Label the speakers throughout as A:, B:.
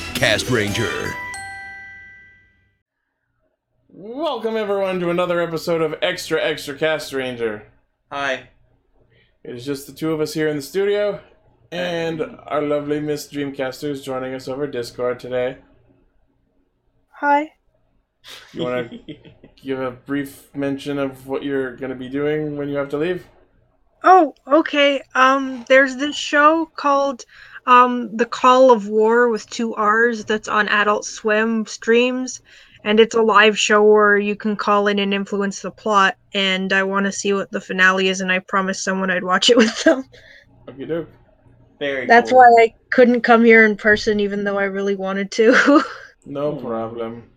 A: Podcast Ranger.
B: Welcome everyone to another episode of Extra Extra Cast Ranger.
C: Hi.
B: It is just the two of us here in the studio, and our lovely Miss Dreamcaster is joining us over Discord today.
D: Hi.
B: You want to give a brief mention of what you're going to be doing when you have to leave?
D: Oh, okay. Um, there's this show called um, The Call of War with two R's that's on Adult Swim streams, and it's a live show where you can call in and influence the plot. And I want to see what the finale is, and I promised someone I'd watch it with them.
B: Okay, doke.
C: Very
D: That's
C: cool.
D: why I couldn't come here in person, even though I really wanted to.
B: No
C: Hmm.
B: problem.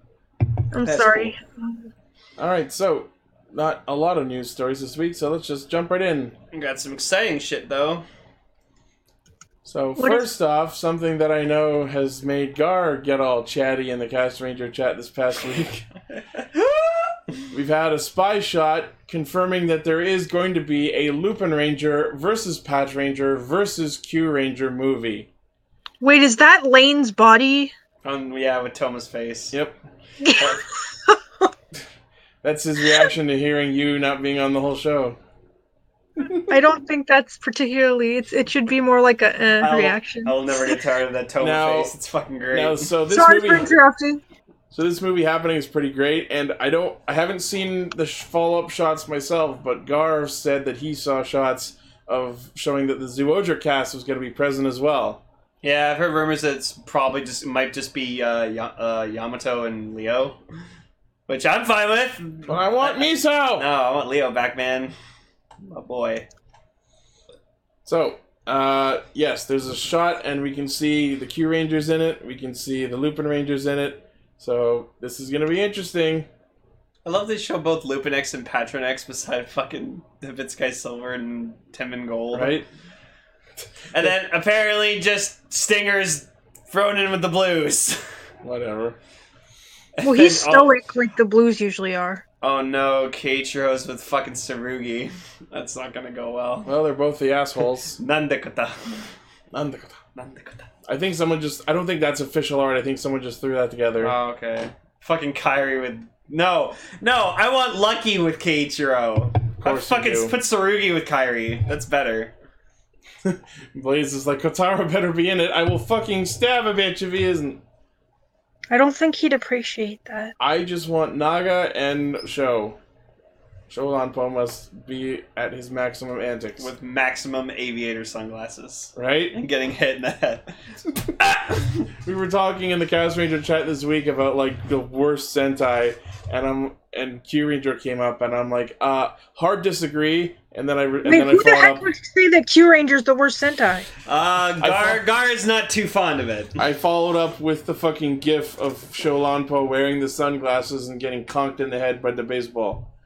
D: I'm
C: That's
D: sorry. Um,
B: All right, so not a lot of news stories this week, so let's just jump right in.
C: We Got some exciting shit though.
B: So
D: What is-
B: first off, something that I know has made Gar get all chatty in the Cast Ranger chat this past week. We've had a spy shot confirming that there is going to be a Lupin Ranger versus Patch Ranger versus Q Ranger movie.
D: Wait, is that Lane's body?
C: Um, yeah, with Toma's face.
B: Yep. That's his reaction to hearing you not being on the whole show.
D: I don't think that's particularly. It's it should be more like a uh,
C: I'll-
D: reaction.
C: I'll never get tired of that Toma
B: Now-
C: face. It's fucking great.
B: Now, so this
D: Sorry for
B: movie,
D: interrupting.
B: so this movie happening is pretty great, and I don't, I haven't seen the sh- follow up shots myself, but Gar said that he saw shots of showing that the Zoojer cast was going to be present as well.
C: yeah, I've heard rumors that it's probably just it might just be uh, Ya- uh, Yamato and Leo, which I'm fine with.
B: But I want Miso.
C: No, I want Leo back, man. My boy.
B: So, uh, yes, there's a shot, and we can see the Q Rangers in it. We can see the Lupin Rangers in it. So this is gonna be interesting.
C: I love they show both Lupin X and Patron X beside fucking Hibitsky Silver and Timon Gold.
B: Right?
C: And then apparently just Stinger's thrown in with the blues.
B: Whatever.
D: Well, he's
B: Oh.
C: And all-
D: stoic like the blues usually are.
C: Oh no, Keiichiro's with fucking Sarugi. That's not gonna go well.
B: Well, they're both the assholes.
C: Nandekota.
B: Nandakota.
C: Nandekota.
B: I think someone just. I don't think that's official art. I think someone just threw that together.
C: Oh, okay. Fucking Kairi with. No, no, I want Lucky with Keiichiro. I
B: course you
C: fucking
B: do.
C: put Sarugi with Kairi. That's better.
B: Blaze is like, Kotaro better be in it. I will fucking stab a bitch if he isn't.
D: I don't think he'd appreciate that.
B: I just want Naga and Sho. Sholanpo must be at his maximum antics.
C: With maximum aviator sunglasses.
B: right?
C: And getting hit in the head.
B: we were talking in the Chaos Ranger chat this week about like the worst Sentai, and I'm and Q Ranger came up, and I'm like, uh, hard disagree, and then I re- and
D: Wait,
B: then I
D: who the
B: followed
D: heck
B: up.
D: would say that Q Ranger's the worst Sentai?
C: Uh,
B: I
C: Gar, Gar is not too fond of it.
B: I followed up with the fucking gif of Sholanpo wearing the sunglasses and getting conked in the head by the baseball.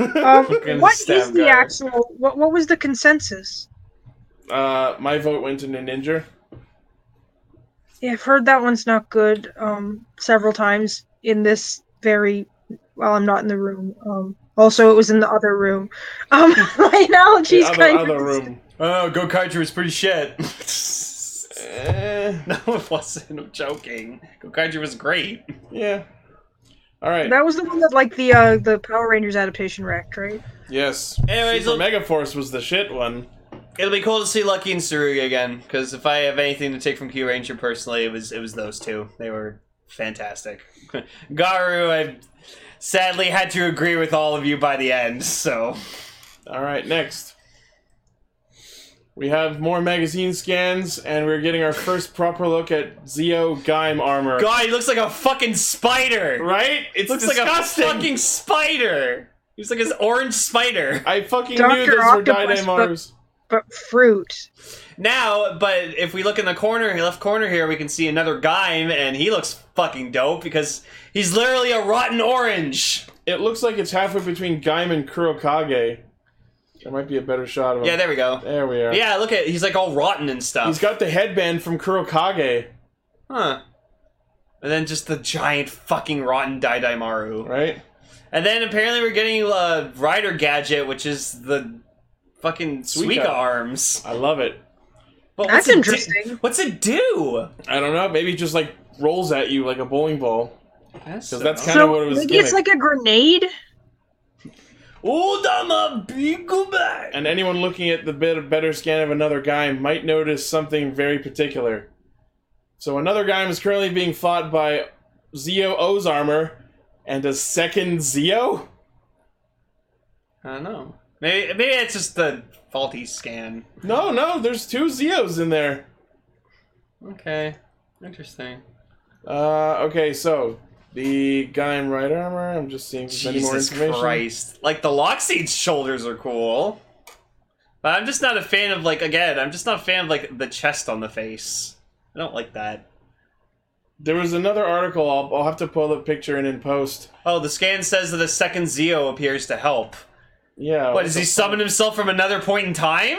D: Um,
C: Fucking
D: what
C: stab
D: is the
C: guy.
D: actual? What what was the consensus?
B: Uh, my vote went to Ninja.
D: Yeah, I've heard that one's not good. Um, several times in this very. Well, I'm not in the room. Um, also it was in the other room. Um, my
B: The
D: analogy's
B: other,
D: kind
B: other
D: of.
B: room.
C: Oh, Go Kaiju was pretty shit.
B: Eh,
C: no, it wasn't. I'm joking. Go Kaiju was great.
B: yeah. All right.
D: That was the one that like the uh the Power Rangers adaptation wrecked, right?
B: Yes.
C: Anyways,
B: Super
C: it'll,
B: Megaforce was the shit one.
C: it'll be cool to see Lucky and Tsurugi again. Because if I have anything to take from Q Ranger personally, it was it was those two. They were fantastic. Garu, I sadly had to agree with all of you by the end. So
B: All right, next. We have more magazine scans, and we're getting our first proper look at Zeo Gaim armor.
C: God, he looks like a fucking spider.
B: Right? It
C: Looks
B: disgusting.
C: like a fucking spider. He's like his orange spider.
B: I fucking knew those
D: Dr.
B: were
D: Octopus, but-
B: Dynamars.
D: But fruit.
C: Now, but if we look in the corner, left corner here, we can see another guy, and he looks fucking dope because he's literally a rotten orange.
B: It looks like it's halfway between Gaim and Kurokage. There might be a better shot of him.
C: Yeah, there we go.
B: there we are.
C: Yeah, look at he's like all rotten and stuff.
B: Oh. He's got the headband from Kurokage,
C: huh. And then just the giant fucking rotten Daidaemaru.
B: right?
C: And then apparently we're getting uh, Rider Gadget, which is the fucking
B: Suika.
C: Suika arms.
B: I love it.
C: But
D: That's
C: what's it do-
D: interesting.
C: what's it do?
B: I don't know, maybe just like rolls at you like a bowling ball.
C: Because
B: that's kinda
D: so
B: what it was
D: maybe it's
B: gimmick.
D: like a grenade.
C: Oh, I'm a big guy.
B: And anyone looking at the bit better scan of another guy might notice something very particular. So another guy is currently being fought by Zio O's armor and a second Zio?
C: I don't know. Maybe maybe it's just the faulty scan.
B: No, no, there's two Zios in there.
C: Okay, interesting.
B: Uh, okay, so the guy in right armor, I'm just seeing if there's any more
C: Jesus
B: information.
C: Christ! Like the Lockseed's shoulders are cool, but I'm just not a fan of like again. I'm just not a fan of like the chest on the face. I don't like that.
B: There was another article, I'll, I'll have to pull the picture in and post.
C: Oh, the scan says that a second Zeo appears to help.
B: Yeah.
C: What does he summon himself from another point in time?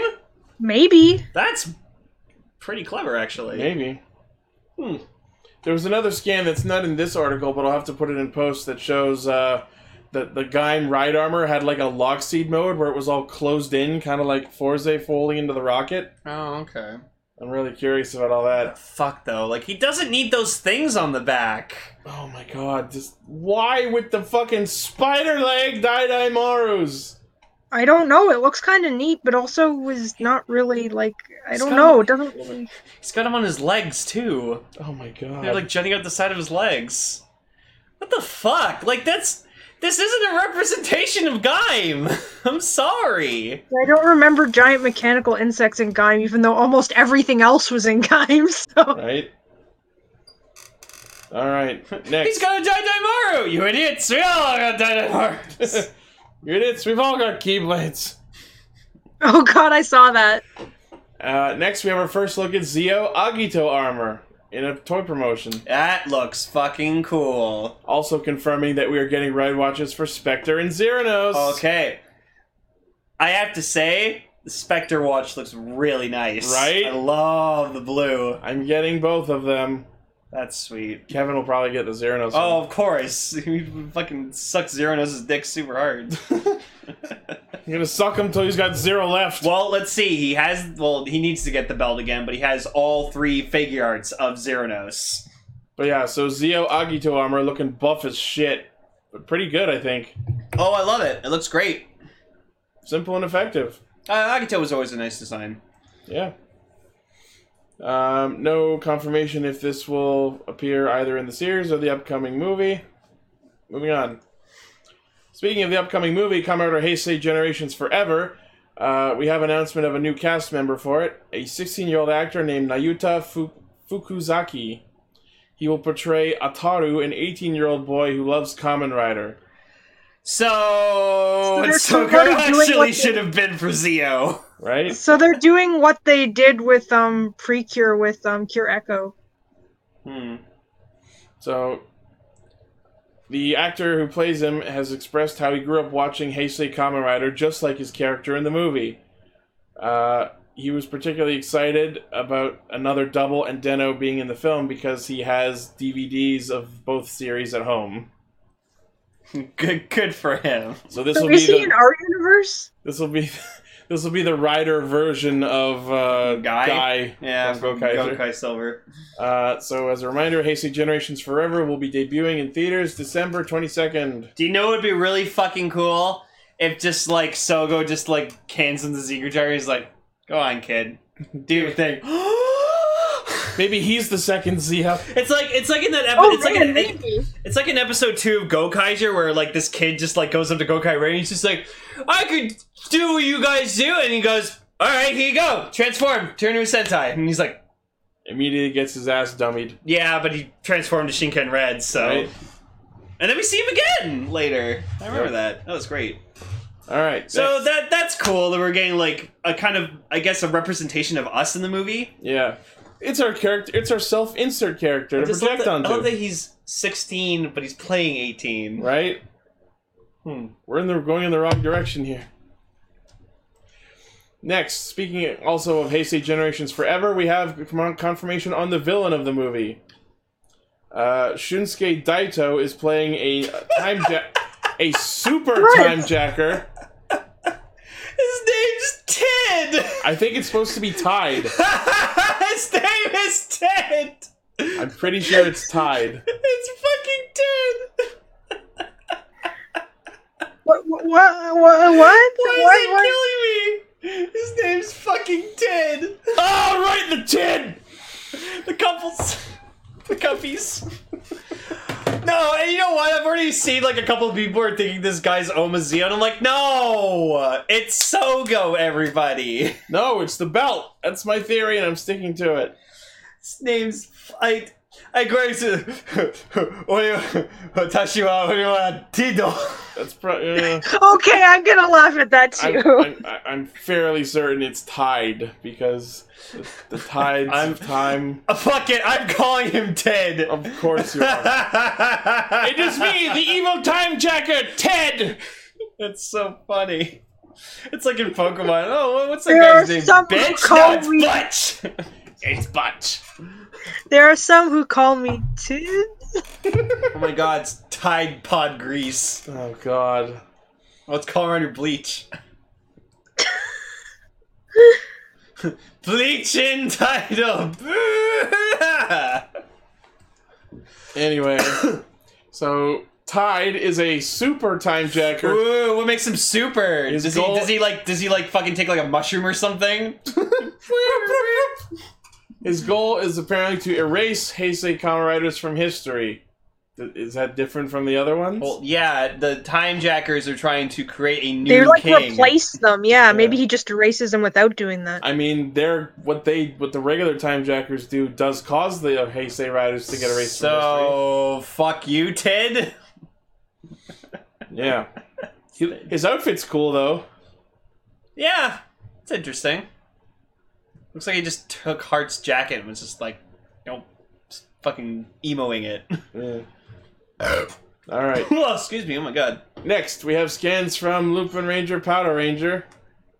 D: Maybe.
C: That's pretty clever, actually.
B: Maybe. Hmm. There was another scan that's not in this article, but I'll have to put it in post that shows uh, that the guy in ride armor had like a lock seed mode where it was all closed in, kind of like Forze folding into the rocket.
C: Oh, okay.
B: I'm really curious about all that.
C: Fuck though. Like he doesn't need those things on the back.
B: Oh my god, just why with the fucking spider leg Dai Dai Maru's?
D: I don't know. It looks kind of neat, but also was not really like I
C: It's
D: don't
C: kinda-
D: know. It doesn't. really-
C: He's got them on his legs too.
B: Oh my god.
C: They're like jutting out the side of his legs. What the fuck? Like that's this isn't a representation of Gaim. I'm sorry.
D: I don't remember giant mechanical insects in Gaim, even though almost everything else was in Gaim. So
B: right? Alright, next.
C: He's got a Daimaru. You idiots! We all got Daimaru.
B: Units, we've all got keyblades.
D: oh god, I saw that.
B: Uh, next, we have our first look at Zio Agito armor in a toy promotion.
C: that looks fucking cool.
B: Also confirming that we are getting ride watches for Spectre and Xeranos.
C: Oh, Okay. I have to say, the Spectre watch looks really nice.
B: Right?
C: I love the blue.
B: I'm getting both of them.
C: That's sweet.
B: Kevin will probably get the Xeranos.
C: Oh, of course. He fucking sucks Zeronos' dick super hard.
B: one. I'm gonna suck him till he's got zero left.
C: well, let's see. He has. Well, he needs to get the belt again, but he has all three figure arts of Zeronos.
B: But yeah, so Zio Agito armor looking buff as shit, but pretty good, I think.
C: Oh, I love it. It looks great.
B: Simple and effective.
C: Uh, Agito was always a nice design.
B: Yeah. Um, no confirmation if this will appear either in the series or the upcoming movie. Moving on. Speaking of the upcoming movie, Kamen Rider Heisei Generations Forever, uh, we have announcement of a new cast member for it, a 16-year-old actor named Nayuta Fu- Fukuzaki. He will portray Ataru, an 18-year-old boy who loves Kamen Rider.
C: So,
D: So they're
C: so
D: sort of doing what
C: actually
D: they-
C: should have been for Zeo.
B: Right?
D: So they're doing what they did with um Precure with um Cure Echo.
C: Hmm.
B: So, the actor who plays him has expressed how he grew up watching Heisei Kamen Rider just like his character in the movie. Uh, he was particularly excited about another double and Deno being in the film because he has DVDs of both series at home.
C: Good, good for him.
B: So this
D: So
B: will be
D: is he in
B: the,
D: our universe?
B: this will be this will be the Rider version of uh,
C: Guy?
B: Guy
C: Yeah,
B: from Go
C: from
B: Kaiser.
C: Gokai Silver.
B: Uh, so as a reminder, Heisei Generations Forever will be debuting in theaters December twenty second.
C: Do you know what would be really fucking cool? If just like Sogo just like cans in the Zeger jar, he's like, go on, kid. Do your thing.
B: Maybe he's the second Zio.
C: it's like it's like in that episode
D: Oh
C: it's like
D: man,
C: in-
D: maybe.
C: it's like in episode two of Go Kaiser where like this kid just like goes up to Gokai Ray and he's just like, I could do what you guys do and he goes, Alright, here you go. Transform, turn into a Sentai. And he's like,
B: immediately gets his ass dummied.
C: Yeah, but he transformed to Shinken Red, so
B: Right.
C: And then we see him again later. I remember
B: Yep.
C: that. That was great.
B: All right.
C: So
B: next.
C: that that's cool that we're getting like a kind of I guess a representation of us in the movie.
B: yeah, it's our character. It's our self-insert character
C: I
B: to
C: just love
B: project
C: that- I
B: onto.
C: love that he's 16, but he's playing 18.
B: Right.
C: Hmm.
B: We're in the going in the wrong direction here. Next, speaking also of Heisei Generations Forever, we have con- confirmation on the villain of the movie. Uh, Shunsuke Daito is playing a time ja- a super time jacker.
C: His name's Ted.
B: I think it's supposed to be tied.
C: His name is Ted.
B: I'm pretty sure it's tied.
C: it's fucking 10.
D: What? What? What? What? what? what?
C: Why Ah, is it killing me? His name's fucking Ted.
B: All right, the tin.
C: The couples. The cuppies. No, and you know what? I've already seen like a couple of people are thinking this guy's Omazeo, and I'm like, no! It's Sogo, everybody!
B: No, it's the belt. That's my theory, and I'm sticking to it.
C: His name's. I. I go to. Watashi wa ore wa Tido.
B: That's probably. Uh,
D: Okay, I'm gonna laugh at that
B: I'm,
D: too.
B: I'm, I- I'm fairly certain it's tied because the, the tides
C: I'm-
B: of time.
C: Uh, Fuck it, I'm calling him Ted.
B: Of course you are. it
C: it
B: is me, the evil time jacker, Ted.
C: That's so funny. It's like in Pokemon. Oh, what- what's that
D: There
C: guy's
D: are
C: name?
D: some
C: Bitch?
D: call
C: no,
D: me-
C: it's Butch!
B: It's Butch.
D: There are some who call me Tid.
C: oh my god, it's Tide Pod Grease.
B: Oh God.
C: Let's call her under Bleach. Bleach in title!
B: Anyway, so Tide is a super time jacker.
C: Ooh, what makes him super?
B: His
C: does
B: goal-
C: he does he like does he like fucking take like a mushroom or something?
B: His goal is apparently to erase Heisei Kamen Riders from history. Th- Is that different from the other ones?
C: Well, yeah, the time jackers are trying to create a new
D: They like
C: king.
D: replace them. Yeah, maybe he just erases them without doing that.
B: I mean, they're what they what the regular time jackers do does cause the Heisei Riders to get erased
C: So fuck you, Ted.
B: from history. Yeah. He- His outfit's cool though.
C: Yeah, it's interesting. Looks like he just took Hart's jacket and was just like, you know, just fucking emoing it.
B: Yeah. All right.
C: oh, excuse me. Oh my god.
B: Next, we have scans from Lupin Ranger, Powder Ranger,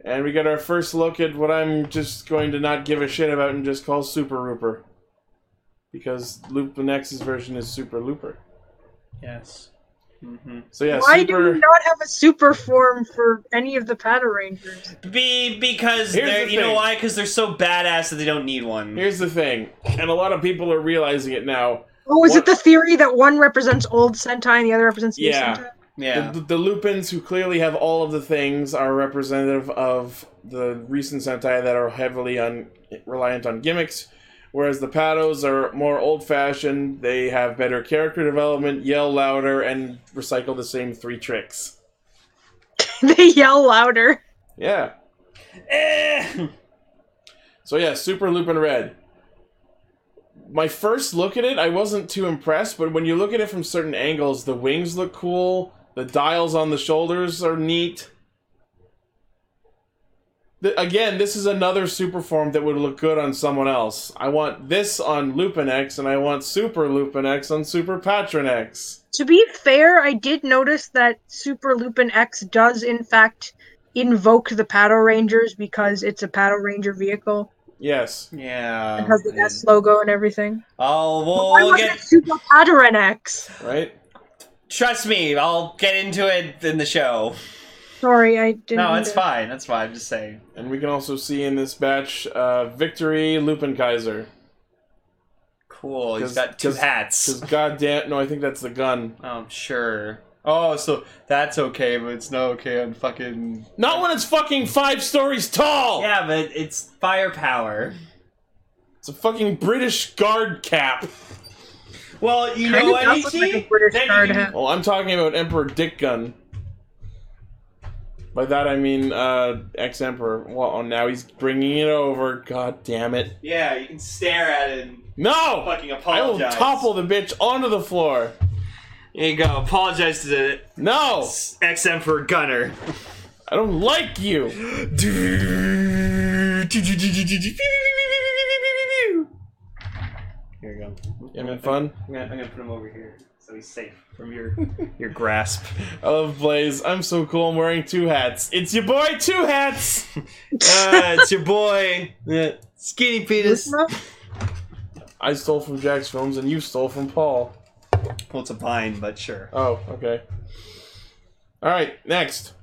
B: and we get our first look at what I'm just going to not give a shit about and just call Super Rooper. Because Lupin X's version is Super Looper.
C: Yes. Mm-hmm.
B: So yeah,
D: Why do
B: Super.
D: we not have a super form for any of the Power Rangers?
C: Be because
B: Here's
C: they're
B: the
C: you know
B: thing.
C: why? Because they're so badass that they don't need one.
B: Here's the thing, and a lot of people are realizing it now.
D: Oh, is
B: What-
D: it the theory that one represents old Sentai and the other represents new
B: Yeah.
D: Sentai?
C: yeah.
B: The, the Lupins, who clearly have all of the things, are representative of the recent Sentai that are heavily on, reliant on gimmicks, whereas the Pados are more old fashioned. They have better character development, yell louder, and recycle the same three tricks.
D: they yell louder.
B: Yeah.
C: Eh.
B: So, yeah, Super Lupin Red. My first look at it, I wasn't too impressed, but when you look at it from certain angles, the wings look cool, the dials on the shoulders are neat. Th- again, this is another super form that would look good on someone else. I want this on Lupin X, and I want Super Lupin X on Super Patron X.
D: To be fair, I did notice that Super Lupin X does in fact invoke the Paddle Rangers because it's a Paddle Ranger vehicle.
B: Yes.
C: yeah.
D: It has the S logo and everything.
C: Oh, we'll,
D: Why
C: we'll
D: wasn't
C: get.
D: it Super Pattern X?
B: Right?
C: Trust me, I'll get into it in the show.
D: Sorry, I didn't.
C: No,
D: mean
C: it's
D: to-
C: fine. That's fine. I'm just saying.
B: And we can also see in this batch uh, Victory Lupin Kaiser.
C: Cool. He's
B: 'Cause-
C: got two
B: 'cause- Because
C: hats.
B: goddamn, no, I think that's the gun.
C: Um, sure. Oh, so that's okay, but it's not okay on fucking.
B: Not when it's fucking five stories tall.
C: Yeah, but it's firepower.
B: It's a fucking British guard cap.
C: Well, you
D: Kind
C: know
D: of
C: what,
D: does look like
C: Ichi?
D: a British
C: Then
D: guard
C: you-
D: hat.
B: Well, Oh, I'm talking about Emperor Dick Gun. By that I mean uh, ex-emperor. Well, oh, now he's bringing it over. God damn it!
C: Yeah, you can stare at it and
B: No,
C: fucking
B: I will
C: apologize.
B: topple the bitch onto the floor.
C: There you go. Apologize to the
B: No,
C: ex Emperor Gunner.
B: I don't like you.
C: Here we go.
B: You having fun?
C: I'm gonna, I'm gonna put him over here so he's safe from your your grasp.
B: I love Blaze. I'm so cool. I'm wearing two hats. It's your boy, Two Hats.
C: Uh, it's your boy, uh, Skinny Penis.
D: No?
B: I stole from Jack's films, and you stole from Paul.
C: Well, it's a pine, but sure.
B: Oh, okay. All right, next.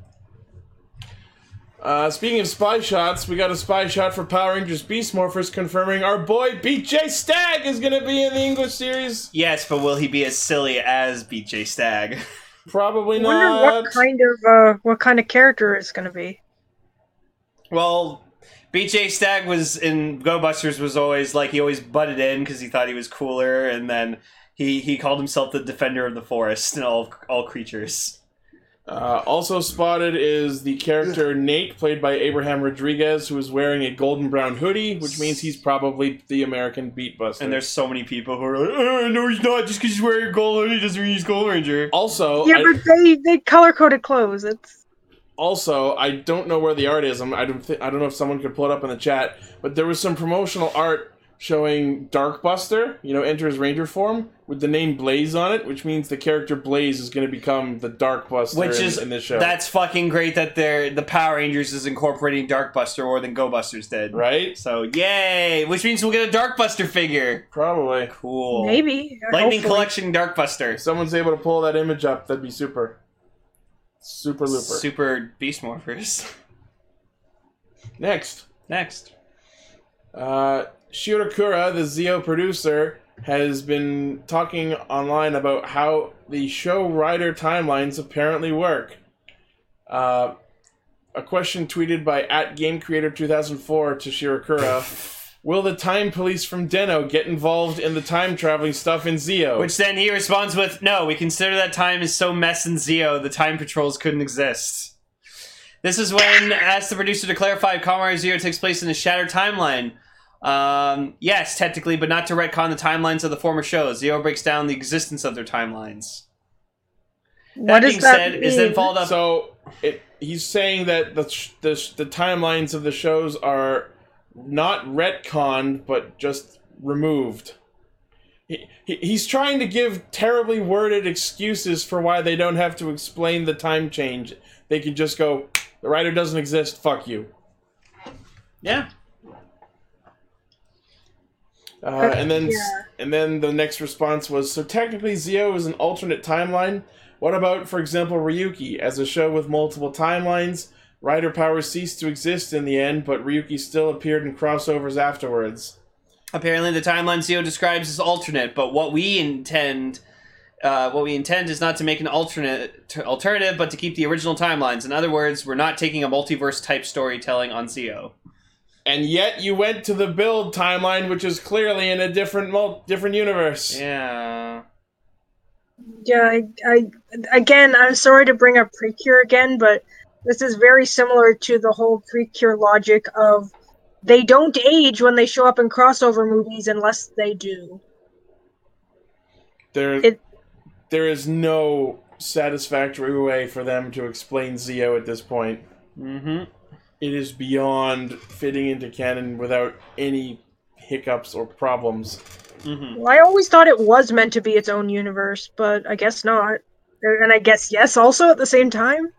B: Uh, speaking of spy shots, we got a spy shot for Power Rangers Beast Morphers confirming our boy BJ Stag is going to be in the English series.
C: Yes, but will he be as silly as BJ Stag?
B: Probably
D: I wonder
B: not.
D: what kind of uh, what kind of character it's going to be.
C: Well, BJ Stag was in Go Busters was always like he always butted in because he thought he was cooler, and then he he called himself the defender of the forest and all all creatures.
B: Uh, also spotted is the character Nate, played by Abraham Rodriguez, who is wearing a golden brown hoodie, which means he's probably the American Beat Buster.
C: And there's so many people who are like, "Uh, no, he's not. Just because he's wearing a gold hoodie doesn't mean he's Gold Ranger.
B: also
D: yeah,
B: I-
D: but they they color coded clothes. It's
B: Also, I don't know where the art is. I'm, I don't. Th- I don't know if someone could pull it up in the chat. But there was some promotional art showing Darkbuster, you know, enter his ranger form with the name Blaze on it, which means the character Blaze is going to become the Darkbuster,
C: Which
B: in,
C: is
B: in this show,
C: that's fucking great that they're the Power Rangers is incorporating Darkbuster more than Go Busters did.
B: right?
C: So yay! Which means we'll get a Darkbuster figure.
B: Probably.
C: Cool.
D: maybe
C: Lightning
D: hopefully.
C: Collection Darkbuster.
B: If someone's able to pull that image up, that'd be super. Super looper.
C: Super Beast Morphers.
B: Next.
C: Next.
B: Uh, Shirakura, the Zio producer, has been talking online about how the show rider timelines apparently work. Uh, a question tweeted by at Game Creator 2004 to Shirakura: Will the time police from Deno get involved in the time traveling stuff in Zio?
C: Which then he responds with, "No, we consider that time is so mess and Zio, the time patrols couldn't exist." This is when asked the producer to clarify, Comrade Zero takes place in the shattered timeline. Um, yes, technically, but not to retcon the timelines of the former shows. Zero breaks down the existence of their timelines.
D: What
C: that
D: does
C: being
D: that
C: said, is then
D: mean?
C: followed up.
B: so it, he's saying that the, sh- the sh- the timelines of the shows are not retconned but just removed. He, he, he's trying to give terribly worded excuses for why they don't have to explain the time change. They can just go, the writer doesn't exist. Fuck you.
C: yeah,
B: Uh, and then
D: Yeah.
B: and then the next response was so technically Zio is an alternate timeline. What about for example Ryuki as a show with multiple timelines? Rider power ceased to exist in the end, but Ryuki still appeared in crossovers afterwards.
C: apparently the timeline Zio describes is alternate, but what we intend, uh, what we intend is not to make an alternate t- alternative, but to keep the original timelines. In other words, we're not taking a multiverse type storytelling on Zio.
B: And yet you went to the build timeline, which is clearly in a different mul- different universe.
C: Yeah.
D: Yeah, I, I again, I'm sorry to bring up Precure again, but this is very similar to the whole Precure logic of they don't age when they show up in crossover movies unless they do.
B: There,
D: It-
B: there is no satisfactory way for them to explain Zio at this point.
C: Mm-hmm.
B: it is beyond fitting into canon without any hiccups or problems.
C: Mm-hmm.
D: Well, I always thought it was meant to be its own universe, but I guess not. And I guess yes, also at the same time.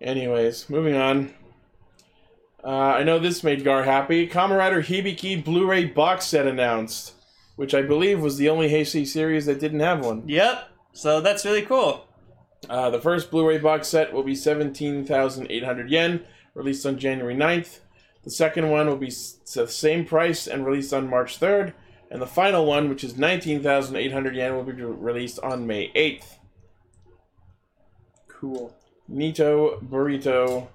B: Anyways, moving on. Uh, I know this made Gar happy. Kamen Rider Hibiki Blu-ray box set announced, which I believe was the only Heisei series that didn't have one.
C: Yep. So that's really cool.
B: Uh, the first Blu-ray box set will be 17,800 yen, released on January 9th. The second one will be s- the same price and released on March 3rd. And the final one, which is 19,800 yen, will be re- released on May 8th.
C: Cool.
B: Nito Burrito.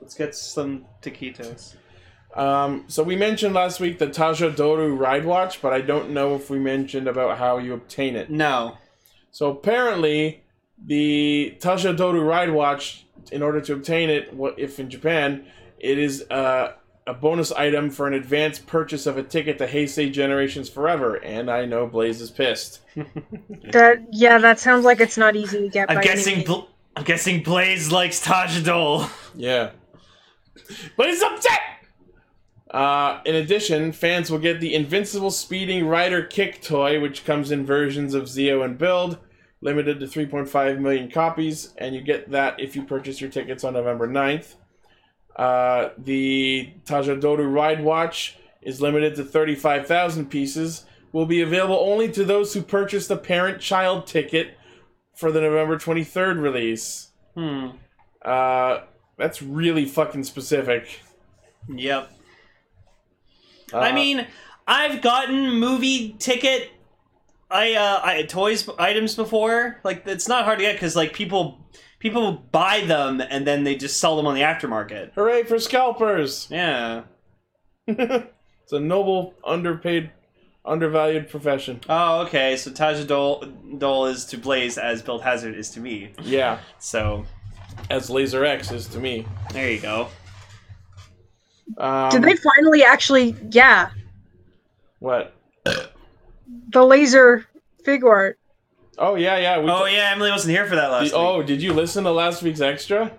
C: Let's get some taquitos.
B: Um, so we mentioned last week the Taja Doru Ride Watch, but I don't know if we mentioned about how you obtain it.
C: No.
B: So apparently, the Taja Doru Ride Watch, in order to obtain it, what if in Japan, it is uh, a bonus item for an advanced purchase of a ticket to Heisei Generations Forever. And I know Blaze is pissed.
D: That yeah, that sounds like it's not easy to get.
C: I'm
D: by any
C: guessing.
D: means.
C: Bl- I'm guessing Blaze likes Taj Dole.
B: Yeah. But it's upset! Uh, in addition, fans will get the Invincible Speeding Rider Kick toy, which comes in versions of Zeo and Build, limited to 3.5 million copies, and you get that if you purchase your tickets on November 9th. Uh, the Tajadoru Ride Watch is limited to 35,000 pieces, will be available only to those who purchase the parent child ticket for the November 23rd release.
C: Hmm.
B: Uh, that's really fucking specific.
C: Yep.
B: Uh,
C: I mean, I've gotten movie ticket, I uh, I toys items before. Like it's not hard to get because like people people buy them and then they just sell them on the aftermarket.
B: hooray for scalpers!
C: Yeah.
B: It's a noble, underpaid, undervalued profession.
C: Oh, okay. So Taja Dole, Dole is to Blaze as Bill Hazard is to me.
B: Yeah,
C: So
B: as Laser X is to me.
C: there you go.
B: Um,
D: Did they finally actually? Yeah,
B: What?
D: the laser figure art.
B: Oh yeah, yeah. We
C: Oh yeah, Emily wasn't here for that last.
B: Did- oh, did you listen to last week's extra?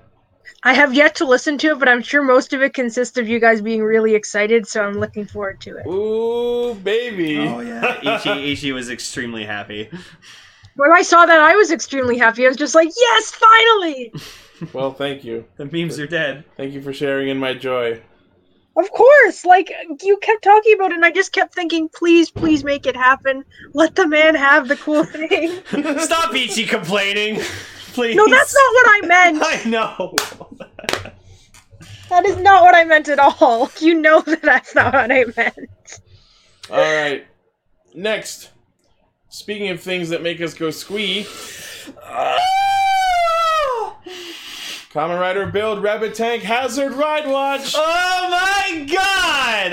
D: I have yet to listen to it, but I'm sure most of it consists of you guys being really excited, so I'm looking forward to it.
B: Ooh, baby.
C: week. Oh yeah. Ichi Ichi was extremely happy.
D: When I saw that, I was extremely happy. I was just like, yes, finally!
B: well, thank you.
C: The memes are dead.
B: Thank you for sharing in my joy.
D: Of course! Like, you kept talking about it, and I just kept thinking, please, please make it happen. Let the man have the cool thing.
C: Stop Ichi complaining, please.
D: No, that's not what I meant!
C: I know.
D: That is not what I meant at all. You know that that's not what I meant.
B: All right. Next. Speaking of things that make us go squee, Common Rider Build Rabbit Tank Hazard Ride Watch.
C: Oh my god!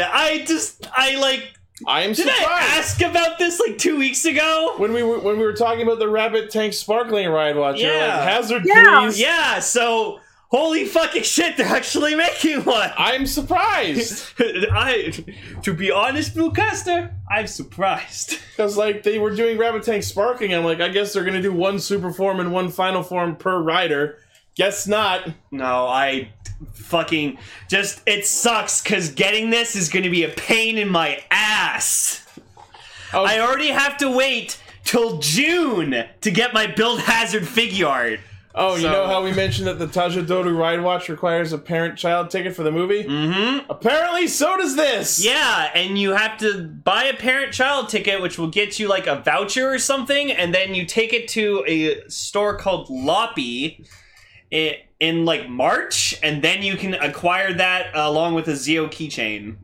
C: I just I like
B: I'm
C: did I
B: surprised.
C: ask about this like two weeks ago?
B: When we were, when we were talking about the Rabbit Tank Sparkling Ride Watch, you were
C: Yeah.
B: like, Hazard,
D: Yeah.
B: please.
C: Yeah, so holy fucking shit, they're actually making one.
B: I'm surprised
C: I to be honest, Bill Caster, I'm surprised.
B: because like they were doing Rabbit Tank Sparkling. I'm like, I guess they're gonna do one super form and one final form per rider. Guess not.
C: No, I fucking just it sucks cuz getting this is going to be a pain in my ass.
B: Oh.
C: I already have to wait till June to get my build hazard figure art.
B: Oh, you
C: So-
B: know how we mentioned that the Taja Doru Ride Watch requires a parent-child ticket for the movie? Mm-hmm. Apparently, so does this.
C: Yeah, and you have to buy a parent child ticket, which will get you like a voucher or something, and then you take it to a store called Loppy in, in like March, and then you can acquire that along with a Zeo keychain.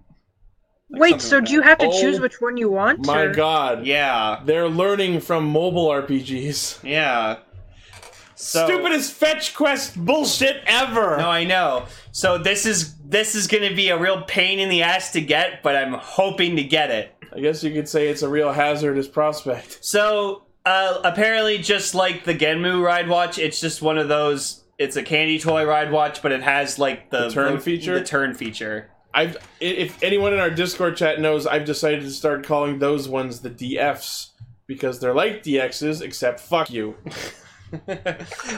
D: Wait, so
C: like
D: do you have to
B: Oh
D: choose which one you want?
B: My
D: or-
B: God.
C: Yeah,
B: They're learning from mobile RPGs.
C: yeah. So,
B: Stupidest fetch quest bullshit ever.
C: No, I know. So this is this is going to be a real pain in the ass to get, but I'm hoping to get it.
B: I guess you could say it's a real hazardous prospect.
C: So uh, apparently, just like the Genmu ride watch, it's just one of those. It's a candy toy ride watch, but it has like the,
B: The turn feature?
C: The turn feature.
B: I've, i- if anyone in our Discord chat knows, I've decided to start calling those ones the DFs because they're like DXs, except fuck you.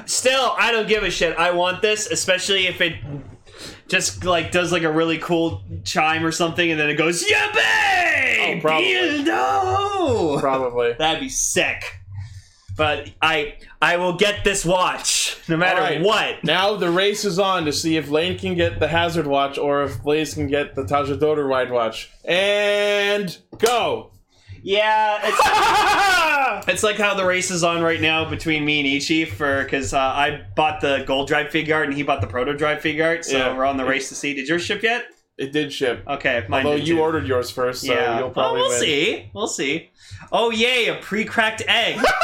C: Still, I don't give a shit. I want this, especially if it just like does like a really cool chime or something, and then it goes yappy.
B: Oh, probably.
C: No,
B: Probably.
C: that'd be sick. But I I will get this watch no matter
B: All right.
C: what.
B: Now the race is on to see if Lane can get the Hazard Watch or if Blaze can get the Taja Doter Ride Watch. And go!
C: Yeah, it's It's like how the race is on right now between me and Ichi for because uh, I bought the gold drive figure art and he bought the proto drive figure art, so
B: Yeah.
C: we're on the race to see. Did yours ship yet?
B: It did ship.
C: Okay, mine.
B: Although
C: Oh, did
B: you
C: too.
B: ordered yours first, so
C: yeah.
B: you'll probably
C: oh, we'll
B: win.
C: see. We'll see. Oh yay, a pre-cracked egg.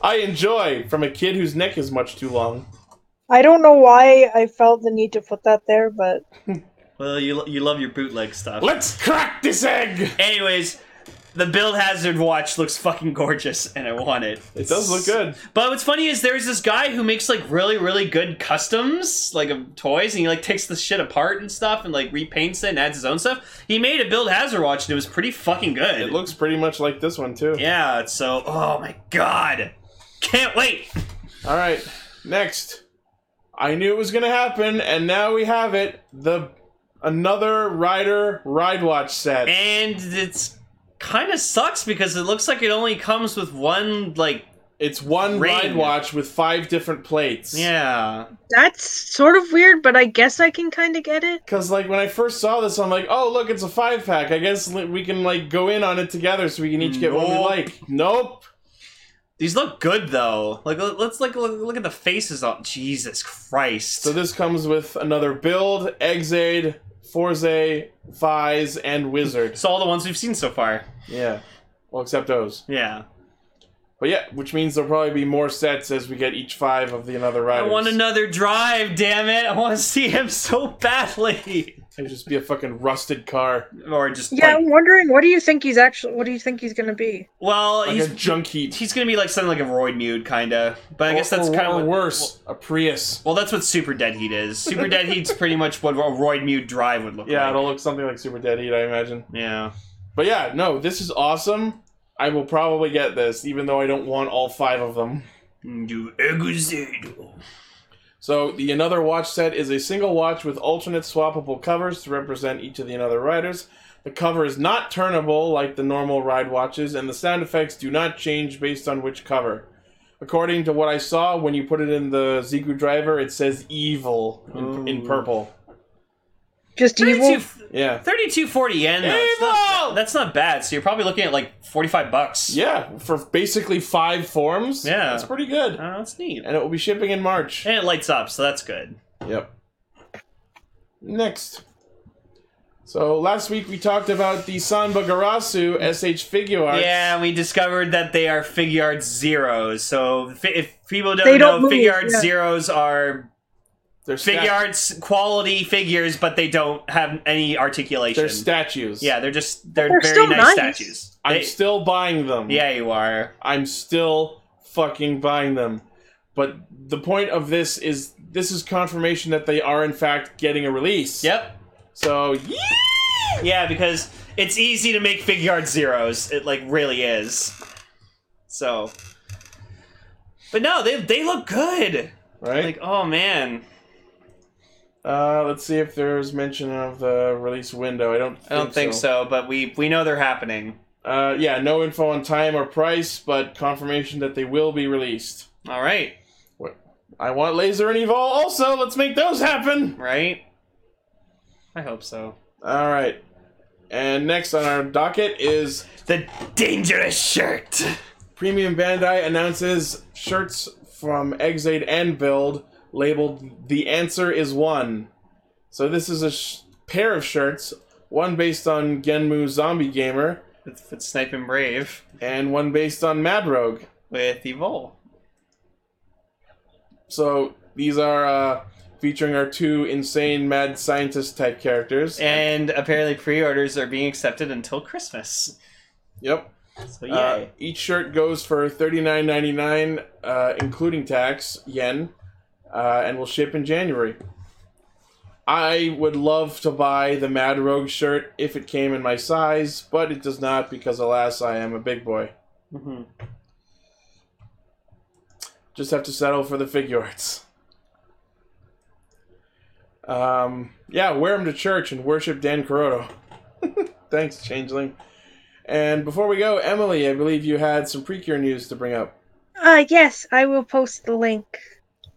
B: I enjoy from a kid whose neck is much too long.
D: I don't know why I felt the need to put that there, but
C: well, you you love your bootleg stuff.
B: Let's crack this egg!
C: Anyways, the build hazard watch looks fucking gorgeous, and I want it.
B: It does look good.
C: But what's funny is there's this guy who makes like really, really good customs, like of toys, and he like takes the shit apart and stuff, and like repaints it and adds his own stuff. He made a build hazard watch, and it was pretty fucking good.
B: It looks pretty much like this one, too.
C: yeah. So, oh my god, can't wait.
B: Alright, next. I knew it was gonna happen, and now we have it. The another rider ride watch set.
C: And it's kind of sucks because it looks like it only comes with one like
B: It's one
C: Ring.
B: ride watch with five different plates.
C: yeah.
D: that's sort of weird, but I guess I can kind of get it.
B: Cause like when I first saw this, I'm like, oh look, it's a five pack. I guess li- we can like go in on it together, so we can each get one we
C: Nope.
B: like. Nope.
C: These look good though. Like l- let's like look, look at the faces on. Jesus Christ.
B: So this comes with another build, Exade, Forze, Fize, and Wizard.
C: it's all the ones we've seen so far.
B: Yeah. Well, except those.
C: Yeah.
B: But yeah, which means there'll probably be more sets as we get each five of the another
C: I
B: riders.
C: want another drive, damn it. I want to see him so badly.
B: It'd just be a fucking rusted car,
C: or just
D: Yeah,
C: like,
D: I'm wondering what do you think he's actually what do you think he's gonna be?
C: well,
B: like
C: he's
B: a junk heap.
C: he's going to be like something like a roid mute kind of. But I guess
B: Or-
C: that's
B: or-
C: kind
B: or
C: of
B: worse, a Prius.
C: Well, that's what Super Dead Heat is. Super Dead Heat's pretty much what a roid mute drive would look
B: Yeah,
C: like.
B: it'll look something like Super Dead Heat, I imagine.
C: Yeah.
B: But yeah, no, this is awesome. I will probably get this, even though I don't want all five of them.
C: Do Egozado.
B: So the another watch set is a single watch with alternate swappable covers to represent each of the another riders. The cover is not turnable like the normal ride watches, and the sound effects do not change based on which cover. According to what I saw, when you put it in the Zigu driver, it says evil in, in
C: Ooh.
B: purple.
D: Just evil.
C: 32
B: Yeah.
C: 3240 yen though. It's not-
B: Evil!
C: that's not bad. So you're probably looking at like 45 bucks.
B: Yeah, for basically five forms.
C: Yeah.
B: That's pretty good.
C: Oh, that's neat.
B: And it will be shipping in March.
C: And it lights up, so that's good.
B: Yep. Next. So last week we talked about the Sanba Garasu SH figure arts.
C: Yeah, we discovered that they are figure art zeros. So fi- if people don't
D: They
C: know,
D: don't move,
C: figure art
D: yeah.
C: zeros are
B: They're
C: figure
B: sta-
C: arts quality figures, but they don't have any articulation.
B: They're statues.
C: yeah, they're just they're,
D: They're
C: very
D: still
C: nice,
D: nice.
C: statues.
B: I'm
C: They-
B: still buying them.
C: yeah, you are.
B: I'm still fucking buying them. But the point of this is this is confirmation that they are in fact getting a release.
C: Yep.
B: So yeah.
C: Yeah, because it's easy to make figure art zeros. It like really is. So, but no, they they look good.
B: Right.
C: Like oh man,
B: uh, let's see if there's mention of the release window. I don't. Think
C: I don't think so. But we we know they're happening.
B: Uh, yeah, no info on time or price, but confirmation that they will be released.
C: All right,
B: I want Laser and Evol also. Let's make those happen.
C: right. I hope so.
B: All right. And next on our docket is
C: The dangerous shirt.
B: Premium Bandai announces shirts from Exade and Build labeled The Answer is One. So this is a sh- pair of shirts, one based on Genmu Zombie Gamer
C: It's, it's sniping brave
B: and one based on Mad Rogue.
C: with Evol.
B: So these are uh, featuring our two insane mad scientist type characters.
C: And apparently, pre-orders are being accepted until Christmas.
B: yep.
C: So yay.
B: Uh, each shirt goes for thirty nine ninety nine, uh, including tax yen, uh, and will ship in January. I would love to buy the Mad Rogue shirt if it came in my size, but it does not because, alas, I am a big boy. mm-hmm.
C: Mhm.
B: Just have to settle for the figure arts. Um, yeah, wear them to church and worship Dan Caroto. Thanks, Changeling. And before we go, Emily, I believe you had some Precure news to bring up.
D: Uh yes, I will post the link.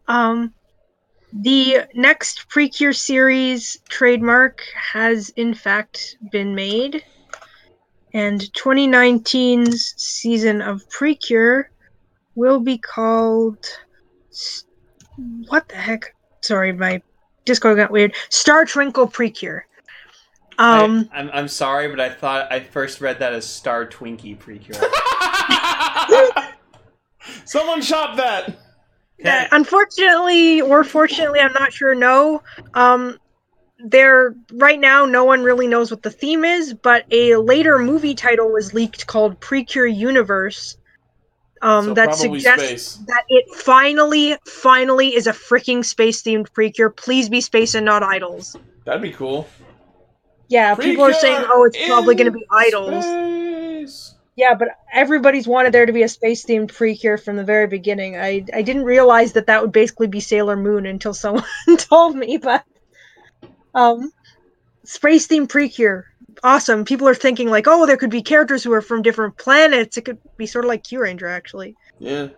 D: Um the next Precure series trademark has in fact been made. And 2019's season of Precure will be called S- what the heck? Sorry, my Discord got weird. Star Twinkle Precure. Um
C: I, am I'm sorry, but I thought I first read that as Star Twinkie Precure.
B: Someone shop that!
D: Uh, unfortunately or fortunately i'm not sure no um there right now no one really knows what the theme is but a later movie title was leaked called precure universe um
B: So
D: that
B: probably
D: suggests
B: space.
D: that it finally finally is a freaking space themed precure please be space and not idols
B: That'd be cool.
D: yeah people are saying
B: Precure
D: oh it's probably
B: in
D: going to be idols
B: space.
D: yeah but everybody's wanted there to be a space themed precure from the very beginning i i didn't realize that that would basically be sailor moon until someone told me but um space themed precure awesome people are thinking like oh there could be characters who are from different planets it could be sort of like q ranger actually
B: Yeah.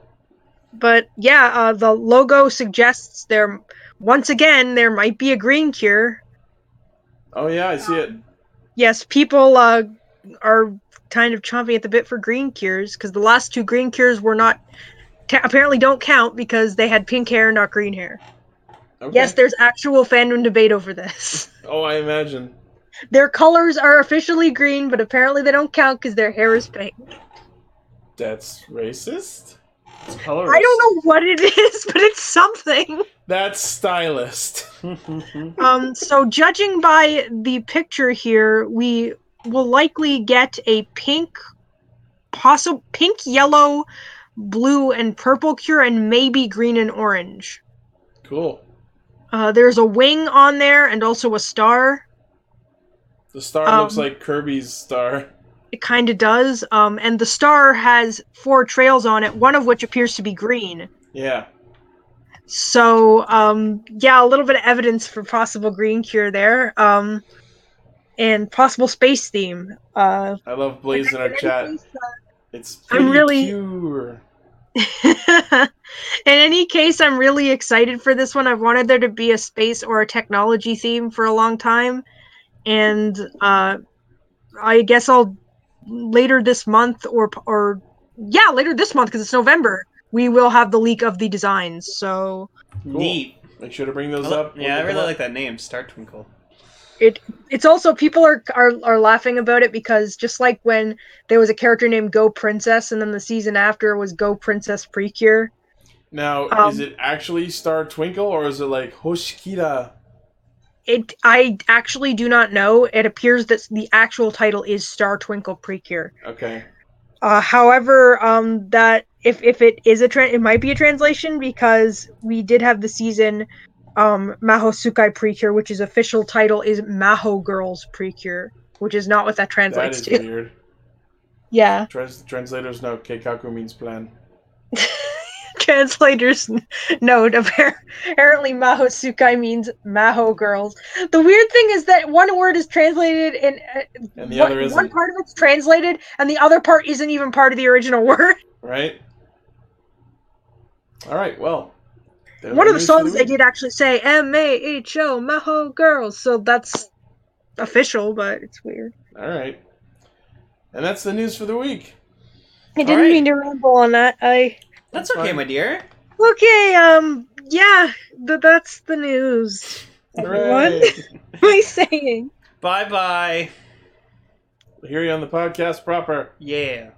D: but yeah, uh, the logo suggests there. Once again, there might be a green cure. Um,
B: Oh, yeah, I see it.
D: Yes, people uh, are kind of chomping at the bit for green cures because the last two green cures were not ta apparently don't count because they had pink hair, not green hair.
B: Okay.
D: Yes, there's actual fandom debate over this.
B: Oh, I imagine.
D: Their colors are officially green, but apparently they don't count because their hair is pink.
B: That's racist? It's
D: I don't know what it is, but it's something.
B: That's stylist.
D: Um, so judging by the picture here, we will likely get a pink, possible pink, yellow, blue, and purple cure, and maybe green and orange.
B: Cool.
D: Uh, there's a wing on there and also a star.
B: The star
D: Um,
B: looks like Kirby's star.
D: It kind of does. Um, and the star has four trails on it, one of which appears to be green.
B: Yeah.
D: So, um, yeah, a little bit of evidence for possible green cure there. Um, and possible space theme. Uh,
B: I love Blaze in our chat. It's
D: I'm
B: pretty
D: really-
B: pure.
D: in any case, I'm really excited for this one. I've wanted there to be a space or a technology theme for a long time, and uh, I guess I'll later this month or or yeah, later this month because it's November. We will have the leak of the designs. So
B: Cool.
C: Neat.
B: Make sure to bring those
C: I lo-
B: up. We'll
C: yeah, I
B: look them
C: really
B: up.
C: like that name, Star Twinkle.
D: it's also people are, are are laughing about it because just like when there was a character named Go Princess, and then the season after was Go Princess Precure.
B: Now,
D: Um,
B: is it actually Star Twinkle or is it like Hoshikira?
D: It I actually do not know. It appears that the actual title is Star Twinkle Precure.
B: Okay.
D: Uh, however, um, that if if it is a tran it might be a translation because we did have the season um Maho Sukai Precure, which is official title is Maho Girls Precure, which is not what that
B: That
D: translates
B: is
D: to.
B: weird.
D: Yeah.
B: Trans- translators know Keikaku means plan.
D: Translators n- note appar- apparently Maho Sukai means Maho girls. The weird thing is that one word is translated in uh,
B: And the
D: one,
B: other
D: one
B: isn't,
D: part of it's translated and the other part isn't even part of the original word.
B: right? All right, well. there's
D: one of the
B: news for
D: songs they
B: week.
D: did actually say M A H O Maho girls, so that's official, but it's weird.
B: All right. And that's the news for the week.
D: I didn't
C: Alright.
D: mean to ramble on that. I
C: That's
B: That's
C: okay,
B: fine.
C: my dear.
D: okay. Um, yeah, th- that's the news.
B: Hooray.
D: What am I saying?
C: Bye bye.
B: We'll hear you on the podcast proper.
C: Yeah.